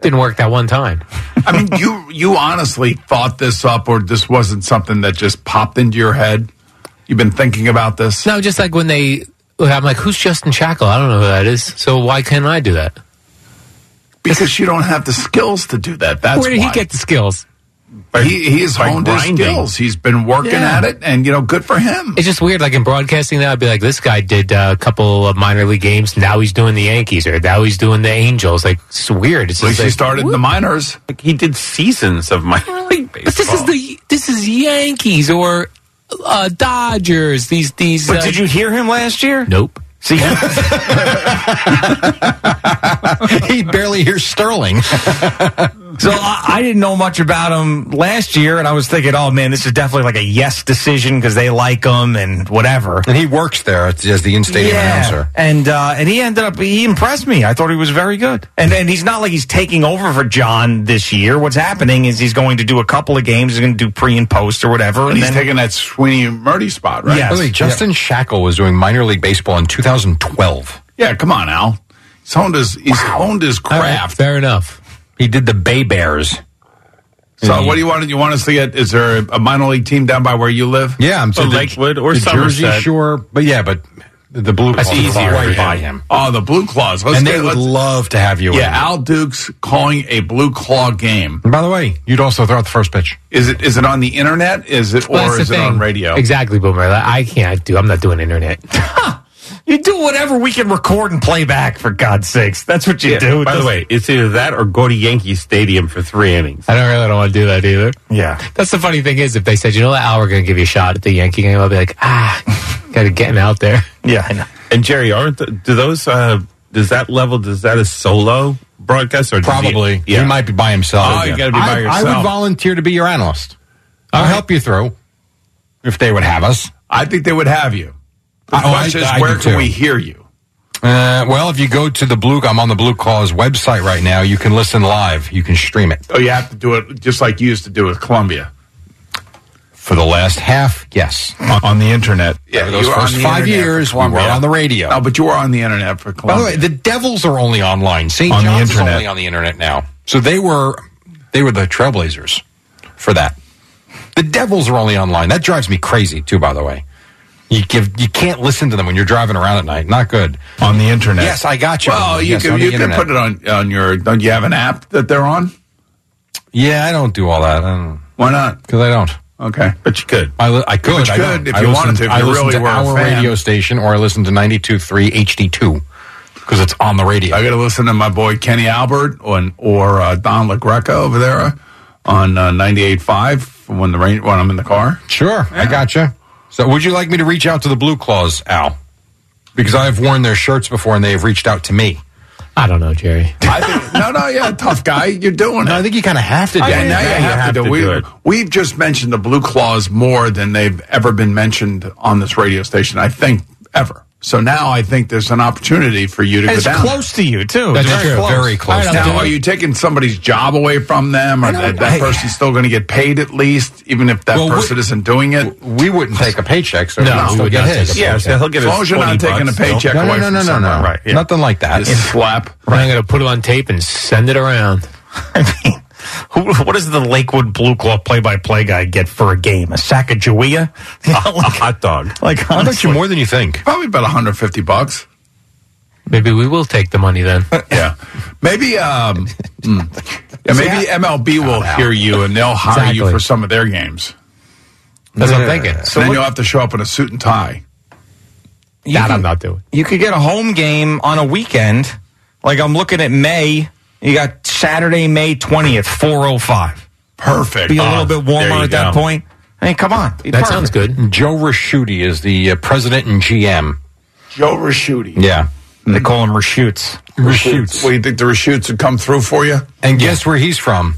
Speaker 3: didn't work that one time.
Speaker 2: I mean, you you honestly thought this up, or this wasn't something that just popped into your head. You've been thinking about this.
Speaker 3: No, just like when they, I'm like, who's Justin Shackle? I don't know who that is. So why can't I do that?
Speaker 2: Because you don't have the skills to do that. That's
Speaker 3: Where did
Speaker 2: why.
Speaker 3: he get the skills?
Speaker 2: he, he has
Speaker 11: by
Speaker 2: honed
Speaker 11: grinding.
Speaker 2: his skills. He's been working
Speaker 3: Yeah.
Speaker 2: at it, and you know, good for him.
Speaker 3: It's just weird. Like in broadcasting, now I'd be like, this guy did uh, a couple of minor league games. Now he's doing the Yankees, or now he's doing the Angels. Like it's weird. It's
Speaker 2: At
Speaker 3: just
Speaker 2: least he
Speaker 3: like,
Speaker 2: started in the minors.
Speaker 11: Like he did seasons of minor league baseball.
Speaker 3: but this is the this is Yankees or uh, Dodgers. These these.
Speaker 1: But
Speaker 3: uh,
Speaker 1: did you hear him last year?
Speaker 3: Nope.
Speaker 1: See,
Speaker 7: he barely hears Sterling.
Speaker 1: So I, I didn't know much about him last year, and I was thinking, oh man, this is definitely like a yes decision because they like him and whatever.
Speaker 7: and he works there as as the in-stadium announcer.
Speaker 1: and uh, and he ended up he impressed me. I thought he was very good. And and he's not like he's taking over for John this year. What's happening is he's going to do a couple of games. He's going to do pre and post or whatever.
Speaker 2: And
Speaker 1: And
Speaker 2: he's
Speaker 1: then
Speaker 2: taking that Sweeney Murdy spot, right?
Speaker 1: Yeah.
Speaker 7: By the way, Justin Shackle was doing minor league baseball in 2012.
Speaker 2: Yeah, come on, Al. He's honed his, he's honed his
Speaker 3: All right,
Speaker 2: craft.
Speaker 3: fair enough.
Speaker 7: He did the Bay Bears.
Speaker 2: So, what do you want? You want us to get? Is there a minor league team down by where you live?
Speaker 7: Yeah, I'm
Speaker 1: Um,
Speaker 11: Or
Speaker 7: saying the-
Speaker 11: Oh, Lakewood or
Speaker 7: the Jersey
Speaker 11: Somerset.
Speaker 7: Shore, but yeah, but the blue
Speaker 11: That's
Speaker 7: Claws is
Speaker 11: easier
Speaker 7: right
Speaker 11: for
Speaker 7: by
Speaker 11: him.
Speaker 7: him,
Speaker 2: Oh, the Blue Claws. Let's
Speaker 7: and they
Speaker 2: get-
Speaker 7: would
Speaker 2: let's-
Speaker 7: love to have you.
Speaker 2: yeah,
Speaker 7: in.
Speaker 2: Al Dukes calling a Blue Claw game.
Speaker 7: And by the way, you'd also throw out the first pitch.
Speaker 2: Is it is it on the internet? Is it or
Speaker 3: Well, that's the
Speaker 2: is it on
Speaker 3: thing.
Speaker 2: radio?
Speaker 3: Exactly, Boomer. I I can't do. I'm not doing internet.
Speaker 1: you do whatever we can record and play back for God's sakes. That's what you
Speaker 11: Yeah,
Speaker 1: do.
Speaker 11: By the way, it's either that or go to Yankee Stadium for three innings.
Speaker 3: I don't really don't want to do that either.
Speaker 1: yeah.
Speaker 3: That's the funny thing is, if they said, you know what, Al, we're going to give you a shot at the Yankee game, I'll be like, ah, Got to getting out there.
Speaker 1: Yeah, I know.
Speaker 11: And Jerry, aren't the, do those? Uh, does that level? Does that a solo broadcast or does
Speaker 7: Probably.
Speaker 11: He, yeah.
Speaker 7: He might be by himself.
Speaker 11: Oh, you got to be by
Speaker 7: I,
Speaker 11: yourself.
Speaker 7: I would volunteer to be your analyst. I'll help you through if they would have us.
Speaker 2: I think they would have you. The
Speaker 7: I- oh,
Speaker 2: question
Speaker 7: I-
Speaker 2: is,
Speaker 7: I
Speaker 2: where
Speaker 7: do
Speaker 2: can
Speaker 7: too.
Speaker 2: we hear you?
Speaker 7: Uh, well, if you go to the Blue, I'm on the Blue Claws website right now. You can listen live. You can stream it
Speaker 2: Oh, you have to do it just like you used to do with Columbia.
Speaker 7: for the last half. Yes,
Speaker 2: on, on the internet. Yeah,
Speaker 7: those
Speaker 2: you were on
Speaker 7: first
Speaker 2: the
Speaker 7: five
Speaker 2: internet for
Speaker 7: years, we were
Speaker 2: Columbia.
Speaker 7: on the radio.
Speaker 2: No, but you were on the internet for
Speaker 7: By the
Speaker 2: Columbia.
Speaker 7: way, the Devils are only online. St.
Speaker 2: On the
Speaker 7: John's is
Speaker 2: internet.
Speaker 7: only on the internet now. So they were they were the trailblazers for that. The Devils are only online. That drives me crazy too. By the way, you give you can't listen to them when you're driving around at night. Not good.
Speaker 2: on the internet.
Speaker 7: Yes, I got you.
Speaker 2: Well, you
Speaker 7: Yes,
Speaker 2: can
Speaker 7: on the
Speaker 2: you can
Speaker 7: internet.
Speaker 2: put it on on your. Don't you have an app that they're on?
Speaker 7: Yeah, I don't do all that. I don't
Speaker 2: Why not?
Speaker 7: because I don't.
Speaker 2: Okay, but you could.
Speaker 7: I, li- I could.
Speaker 2: But you
Speaker 7: I
Speaker 2: could
Speaker 7: don't.
Speaker 2: if
Speaker 7: I
Speaker 2: you
Speaker 7: listen
Speaker 2: wanted to, if
Speaker 7: I
Speaker 2: you
Speaker 7: listen
Speaker 2: really
Speaker 7: to
Speaker 2: were a
Speaker 7: our
Speaker 2: fan.
Speaker 7: radio station, or I listen to 92.3 HD2 because it's on the radio.
Speaker 2: I got to listen to my boy Kenny Albert on, or uh, Don LaGreca over there uh, on uh, 98.5 when the rain when I'm in the car.
Speaker 7: Sure, I gotcha. So, would you like me to reach out to the Blue Claws, Al? Because I have worn their shirts before, and they have reached out to me.
Speaker 3: I don't know, Jerry.
Speaker 2: I think, no, no, yeah, tough guy, you're doing it.
Speaker 7: No, I think you kind of have to. Do
Speaker 2: Yeah,
Speaker 7: it.
Speaker 2: now you have, to, do, we,
Speaker 11: do it.
Speaker 2: We've just mentioned the Blue Claws more than they've ever been mentioned on this radio station, I think, ever. So now I think there's an opportunity for you to
Speaker 1: And it's
Speaker 2: go down.
Speaker 1: close to you too.
Speaker 7: That's
Speaker 1: very
Speaker 7: true.
Speaker 1: close.
Speaker 7: Very close.
Speaker 1: I know.
Speaker 2: Now, are you taking somebody's job away from them, or that, that person's still going to get paid at least, even if that
Speaker 7: Well, we-
Speaker 2: person isn't doing it?
Speaker 7: We wouldn't take a paycheck, so no,
Speaker 3: we
Speaker 7: still
Speaker 3: would
Speaker 7: get
Speaker 3: not take a
Speaker 7: his.
Speaker 3: paycheck.
Speaker 11: yeah, so he'll get
Speaker 2: As long as you're not taking a paycheck
Speaker 7: No, no,
Speaker 2: away
Speaker 7: no,
Speaker 2: from
Speaker 7: no, no,
Speaker 2: someone,
Speaker 7: no.
Speaker 2: right? yeah.
Speaker 7: Nothing like that.
Speaker 2: Just slap.
Speaker 3: And I'm going to put it on tape and send it around.
Speaker 1: Who, what does the Lakewood Blue Claw play-by-play guy get for a game? A sack of Jawea?
Speaker 11: a hot dog.
Speaker 1: like
Speaker 7: I bet you
Speaker 1: honestly.
Speaker 7: more than you think.
Speaker 2: Probably about 150 bucks.
Speaker 3: Maybe we will take the money then.
Speaker 2: Yeah, maybe. Um, mm. yeah, maybe MLB will hear you and they'll hire you
Speaker 3: Exactly.
Speaker 2: for some of their games.
Speaker 3: That's what I'm thinking.
Speaker 2: So then you'll have to show up in a suit and tie.
Speaker 1: You
Speaker 3: That
Speaker 1: can-
Speaker 3: I'm not doing.
Speaker 1: You could get a home game on a weekend. Like I'm looking at May. You got Saturday, May 20th, 405.
Speaker 2: Perfect.
Speaker 1: Be a
Speaker 2: Uh,
Speaker 1: little bit warmer
Speaker 11: there you
Speaker 1: at that
Speaker 11: go.
Speaker 1: point. I mean, come on.
Speaker 3: That sounds good.
Speaker 7: Joe Raschuti is the uh, president and GM.
Speaker 2: Joe Raschuti.
Speaker 7: Yeah,
Speaker 1: They call him reshoots.
Speaker 7: Rashutes.
Speaker 2: Well, you think the Rashutes would come through for you?
Speaker 7: And guess where he's from?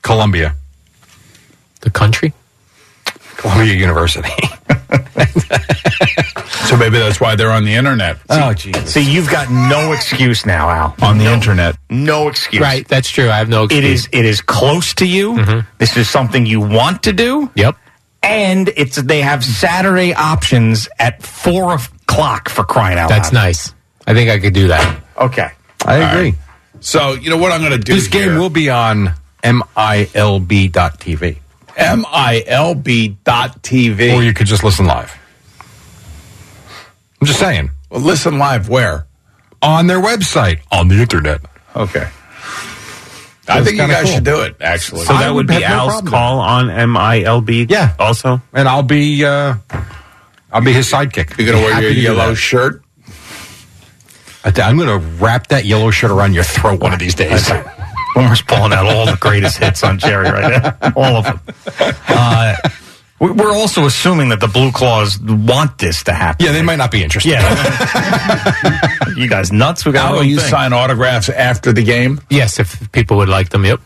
Speaker 7: Columbia,
Speaker 3: The country?
Speaker 7: Columbia University.
Speaker 2: So maybe that's why they're on the internet.
Speaker 7: oh, Jesus.
Speaker 1: See, you've got no excuse now, Al.
Speaker 2: On the internet.
Speaker 1: No excuse.
Speaker 3: Right. That's true. I have no
Speaker 1: It
Speaker 3: excuse.
Speaker 1: is it is close to you. This is something you want to do.
Speaker 3: Yep.
Speaker 1: And it's they have Saturday options at four o'clock for crying out
Speaker 3: That's
Speaker 1: loud.
Speaker 3: nice. I think I could do that.
Speaker 1: Okay.
Speaker 7: I agree.
Speaker 2: So you know what I'm going to do.
Speaker 7: This game will be on MILB.TV.
Speaker 2: milb dot
Speaker 7: Or
Speaker 2: TV.
Speaker 7: you could just listen live. I'm just saying.
Speaker 2: Well, listen live where?
Speaker 7: On their website, on the internet.
Speaker 2: Okay. I think you guys should do it. Actually,
Speaker 11: So that
Speaker 7: I would
Speaker 11: would be
Speaker 7: have no
Speaker 11: Al's
Speaker 7: problem.
Speaker 11: call on MILB.
Speaker 7: Yeah.
Speaker 11: Also,
Speaker 7: And I'll be uh I'll be his sidekick.
Speaker 2: you're going to wear
Speaker 7: Happy
Speaker 2: your
Speaker 7: to do
Speaker 2: yellow
Speaker 7: that.
Speaker 2: shirt.
Speaker 7: I th- I'm gonna wrap that yellow shirt around your throat one of these days.
Speaker 1: Boomer's pulling out all the greatest hits on Jerry right now. All of them. Uh, we- we're also assuming that the Blue Claws want this to happen.
Speaker 7: yeah, they might not be interested.
Speaker 1: Yeah. you guys nuts? We got
Speaker 2: How
Speaker 1: a
Speaker 2: will
Speaker 1: whole
Speaker 2: you
Speaker 1: thing.
Speaker 2: sign autographs after the game?
Speaker 3: Yes, if people would like them. Yep.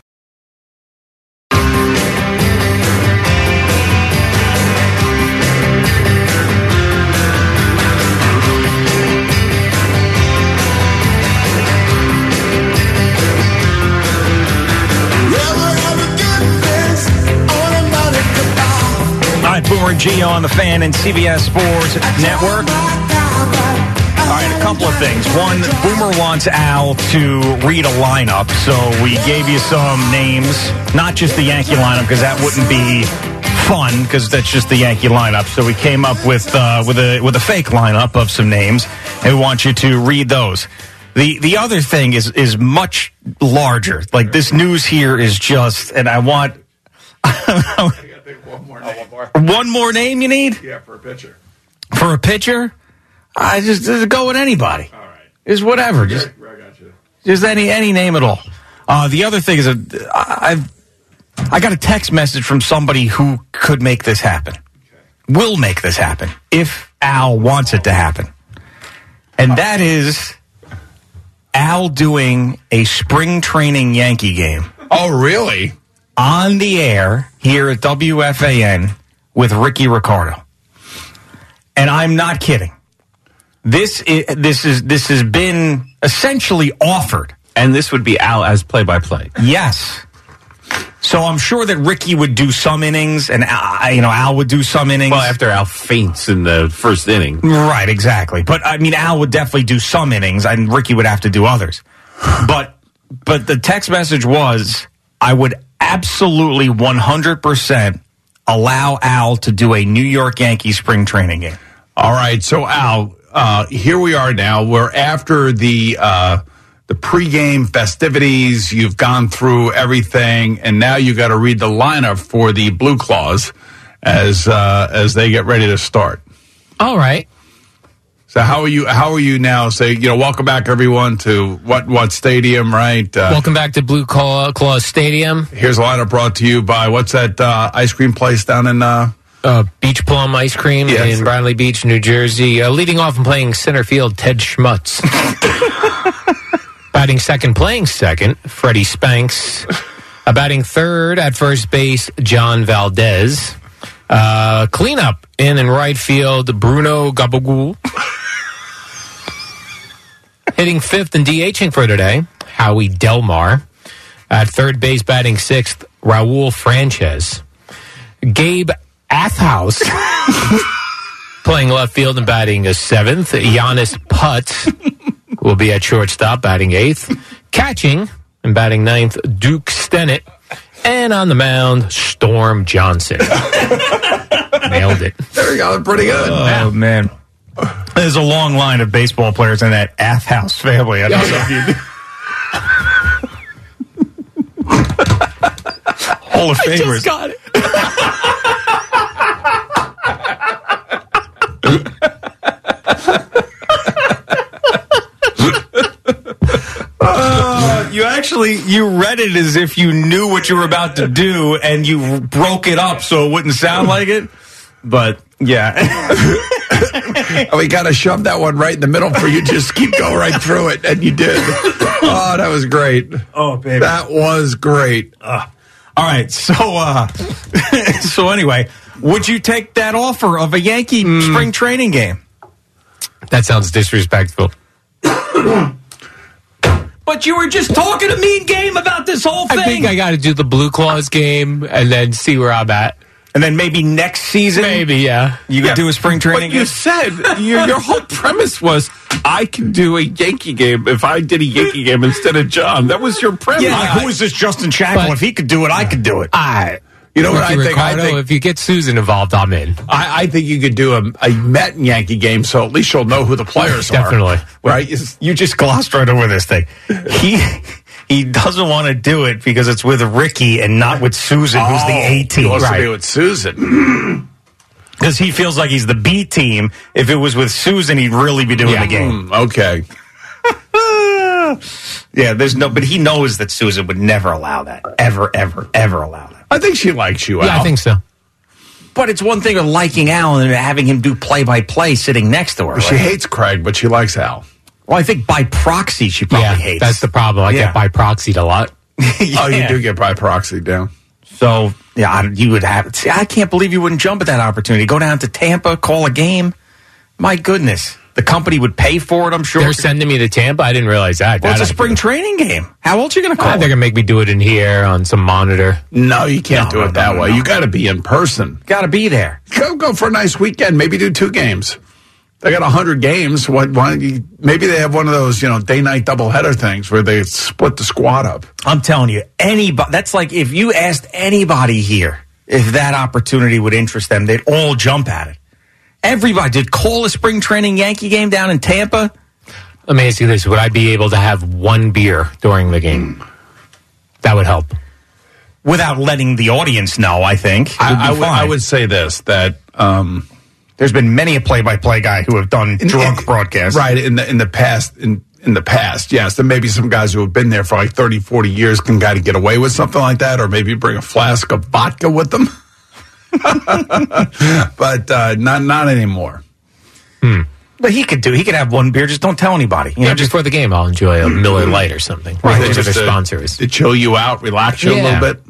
Speaker 1: All right, Boomer and Geo on the fan and CBS Sports Network. All right, a couple of things. One, Boomer wants Al to read a lineup, so we gave you some names, not just the Yankee lineup, because that wouldn't be fun, because that's just the Yankee lineup. So we came up with uh, with a with a fake lineup of some names, and we want you to read those. The the other thing is is much larger. Like this news here is just, and I want Oh, one more name you need
Speaker 2: Yeah, for a picture.
Speaker 1: for a pitcher. I just, just go with anybody. All right, just whatever. Just
Speaker 2: I got you.
Speaker 1: just any any name at all. Uh, the other thing is, uh, I- I've I got a text message from somebody who could make this happen. will make this happen if Al wants it to happen. And that is Al doing a spring training Yankee game.
Speaker 2: Oh, really?
Speaker 1: On the air here at WFAN with Ricky Ricardo. And I'm not kidding. This is, this is this has been essentially offered.
Speaker 11: And this would be Al as play by play.
Speaker 1: Yes. So I'm sure that Ricky would do some innings, and Al, you know Al would do some innings.
Speaker 11: Well, after Al faints in the first inning,
Speaker 1: right? Exactly. But I mean, Al would definitely do some innings, and Ricky would have to do others. But but the text message was, I would absolutely 100 percent allow Al to do a New York Yankees spring training game.
Speaker 2: All right. So Al, uh, here we are now. We're after the. Uh, the pregame festivities. You've gone through everything, and now you got to read the lineup for the Blue Claws as uh, as they get ready to start.
Speaker 3: All right.
Speaker 2: So how are you? How are you now? Say you know, welcome back everyone to what what stadium? Right. Uh,
Speaker 3: welcome back to Blue Claw, Claw Stadium.
Speaker 2: Here's a lineup brought to you by what's that uh, ice cream place down in? Uh,
Speaker 3: uh, Beach Plum Ice Cream
Speaker 2: Yes.
Speaker 3: in Brownlee Beach, New Jersey. Uh, leading off and playing center field, Ted Schmutz. batting second, playing second, Freddie Spanks. Uh, batting third at first base, John Valdez. Uh, cleanup in and right field, Bruno Gabagool. Hitting fifth and DHing for today, Howie Delmar. At third base, batting sixth, Raul Frances. Gabe Athhouse playing left field and batting a seventh. Giannis Putt will be at shortstop, batting eighth. Catching and batting ninth, Duke Stennett. And on the mound, Storm Johnson. Nailed it.
Speaker 2: there you go. Pretty good.
Speaker 1: Oh man, there's a long line of baseball players in that Ath House family. I don't know if you. Hall of Famers.
Speaker 3: got it.
Speaker 2: Uh,
Speaker 1: you actually you read it as if you knew what you were about to do and you broke it up so it wouldn't sound like it but yeah
Speaker 2: Oh, we got to shove that one right in the middle for you. Just keep going right through it, and you did. Oh, that was great.
Speaker 1: oh baby
Speaker 2: That was great.
Speaker 1: all right so uh so anyway would you take that offer of a yankee
Speaker 2: Hmm.
Speaker 1: spring training game
Speaker 3: That sounds disrespectful.
Speaker 1: but you were just talking a mean game about this whole
Speaker 3: I think I got to do the Blue Claws game and then see where I'm at.
Speaker 1: and then maybe next season
Speaker 3: Maybe, yeah.
Speaker 1: you could do a spring training
Speaker 11: But you
Speaker 1: game
Speaker 11: said your, your whole premise was I can do a Yankee game if I did a Yankee game instead of John. That was your premise.
Speaker 1: yeah, like, who is this Justin Shackle?
Speaker 3: But-
Speaker 1: if he could do it, I could do it.
Speaker 3: I.
Speaker 2: You know what
Speaker 3: Ricky
Speaker 2: I think? I
Speaker 3: Ricardo,
Speaker 2: think
Speaker 3: if you get Susan involved, I'm in.
Speaker 2: I, I think you could do a, a Met and Yankee game, so at least you'll know who the players are.
Speaker 3: Definitely.
Speaker 2: right? You-
Speaker 1: you just glossed right over this thing. He he doesn't want to do it because it's with Ricky and not with Susan, who's the A
Speaker 2: He
Speaker 1: team,
Speaker 2: wants to be
Speaker 1: right?
Speaker 2: Oh, with Susan.
Speaker 1: Because he feels like he's the B team. If it was with Susan, he'd really be doing the game.
Speaker 2: Mm, okay.
Speaker 1: Hmm, Yeah, there's no, but he knows that Susan would never allow that, ever, ever, ever allow that.
Speaker 2: I think she likes you, Al.
Speaker 3: Yeah, I think so.
Speaker 1: But it's one thing of liking Al and having him do play by play sitting next to her.
Speaker 2: She
Speaker 1: right?
Speaker 2: hates Craig, but she likes Al.
Speaker 1: well, I think by proxy she probably
Speaker 3: yeah,
Speaker 1: hates.
Speaker 3: that's the problem. I
Speaker 1: Yeah.
Speaker 3: get by proxied a lot.
Speaker 2: Oh, you do get by proxy down.
Speaker 1: So yeah, I, you would have. See, I can't believe you wouldn't jump at that opportunity. Go down to Tampa, call a game. My goodness, the company would pay for it. I'm sure.
Speaker 3: They're sending me to Tampa. I didn't realize that.
Speaker 1: well, it's
Speaker 3: That
Speaker 1: a
Speaker 3: I-
Speaker 1: spring training game. How else are you going to
Speaker 3: Ah,
Speaker 1: call
Speaker 3: they're
Speaker 1: it?
Speaker 3: gonna make me do it in here on some monitor.
Speaker 2: No, you can't
Speaker 1: No,
Speaker 2: do
Speaker 1: no,
Speaker 2: it that
Speaker 1: no, no,
Speaker 2: way.
Speaker 1: no.
Speaker 2: You got to be in person.
Speaker 1: Got to be there.
Speaker 2: Go go for a nice weekend. Maybe do two games. They got hundred games. What? Why? don't you- Maybe they have one of those, you know, day night doubleheader things where they split the squad up.
Speaker 1: I'm telling you, anybody. That's like if you asked anybody here if that opportunity would interest them, they'd all jump at it. Everybody did call a spring training Yankee game down in Tampa.
Speaker 3: Let me ask you this: Would I be able to have one beer during the game? That would help.
Speaker 1: Without letting the audience know, I think It would be
Speaker 2: I, I would, I
Speaker 1: fine.
Speaker 2: would say this that um,
Speaker 1: There's been many a play-by-play guy who have done drunk broadcasts.
Speaker 2: right in the in the past in in the past yes there may be some guys who have been there for like 30 40 years can kind of get away with something like that or maybe bring a flask of vodka with them but uh, not not anymore.
Speaker 1: But he could do. He could have one beer. Just don't tell anybody. You
Speaker 3: yeah,
Speaker 1: know, just
Speaker 3: before the game, I'll enjoy a Miller Light or something. Right,
Speaker 2: Just
Speaker 3: whichever
Speaker 2: to-
Speaker 3: sponsor is.
Speaker 2: to chill you out, relax you a
Speaker 3: Yeah.
Speaker 2: little bit.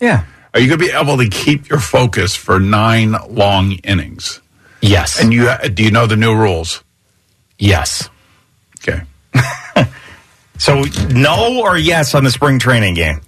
Speaker 1: yeah.
Speaker 2: Are you going to be able to keep your focus for nine long innings?
Speaker 3: Yes.
Speaker 2: And you uh, do you know the new rules?
Speaker 3: yes.
Speaker 2: Okay.
Speaker 1: So no or yes on the spring training game.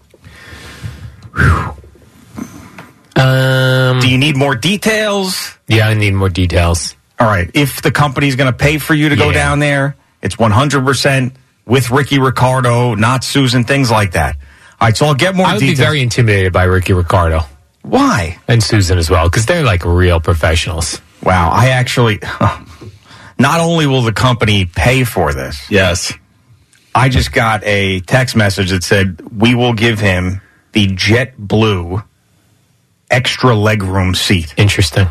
Speaker 3: Um,
Speaker 1: Do you need more details?
Speaker 3: yeah, I need more details.
Speaker 1: All right. If the company's going to pay for you to go
Speaker 3: Yeah.
Speaker 1: down there, it's 100% with Ricky Ricardo, not Susan, things like that. All right. So I'll get more
Speaker 3: I would
Speaker 1: details.
Speaker 3: be very intimidated by Ricky Ricardo
Speaker 1: Why?
Speaker 3: and Susan as well because they're like real professionals.
Speaker 1: Wow. I actually, oh, not only will the company pay for this,
Speaker 2: Yes.
Speaker 1: I just got a text message that said, we will give him the jet blue extra legroom seat.
Speaker 3: Interesting.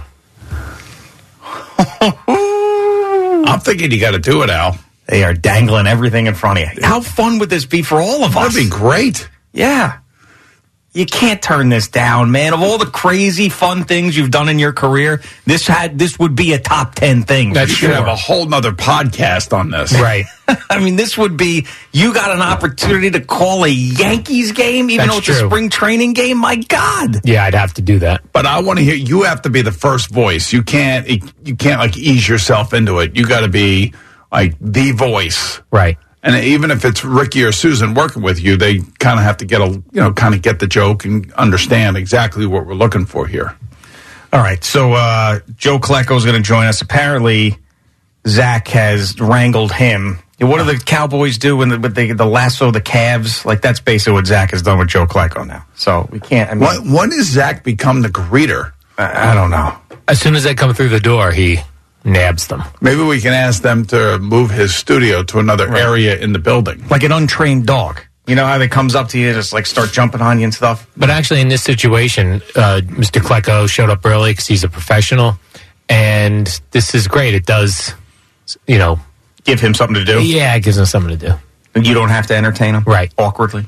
Speaker 2: I'm thinking you got to do it, Al.
Speaker 1: They are dangling everything in front of you. How fun would this be for all of us?
Speaker 2: That'd be great.
Speaker 1: Yeah. You can't turn this down, man. Of all the crazy fun things you've done in your career, this had this would be a top 10 thing.
Speaker 3: That's
Speaker 2: You should have a
Speaker 3: sure.
Speaker 2: whole nother podcast on this.
Speaker 3: Right.
Speaker 1: I mean, this would be you got an opportunity to call a Yankees game even
Speaker 3: That's
Speaker 1: though it's a
Speaker 3: true.
Speaker 1: spring training game. My god.
Speaker 3: Yeah, I'd have to do that.
Speaker 2: But I want to hear. You have to be the first voice. You can't. e, You can't like ease yourself into it. You got to be like the voice.
Speaker 3: Right.
Speaker 2: And even if it's Ricky or Susan working with you, they kind of have to get a you know kind of get the joke and understand exactly what we're looking for here.
Speaker 1: All right. So uh, Joe Klecko is going to join us. Apparently, Zach has wrangled him. And What do the Cowboys do when the, with the, the lasso the calves? Like that's basically what Zach has done with Joe Klecko now. So we can't. I mean,
Speaker 2: When, when does Zach become the greeter?
Speaker 1: I, I don't know.
Speaker 3: As soon as they come through the door, he nabs them.
Speaker 2: Maybe we can ask them to move his studio to another area in the building.
Speaker 1: Like an untrained dog. You know how they comes up to you, just like start jumping on you and stuff.
Speaker 3: But actually, in this situation, uh, Mr. Klecko showed up early because he's a professional, and this is great. It does, you know,
Speaker 1: Give him something to do.
Speaker 3: yeah, it gives him something to do.
Speaker 1: And you don't have to entertain him.
Speaker 3: Right.
Speaker 1: Awkwardly.
Speaker 3: so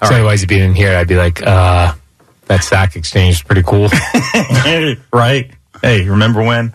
Speaker 3: otherwise, if he didn't hear it, I'd be like, uh, that stock exchange is pretty cool.
Speaker 1: right. Hey, remember when?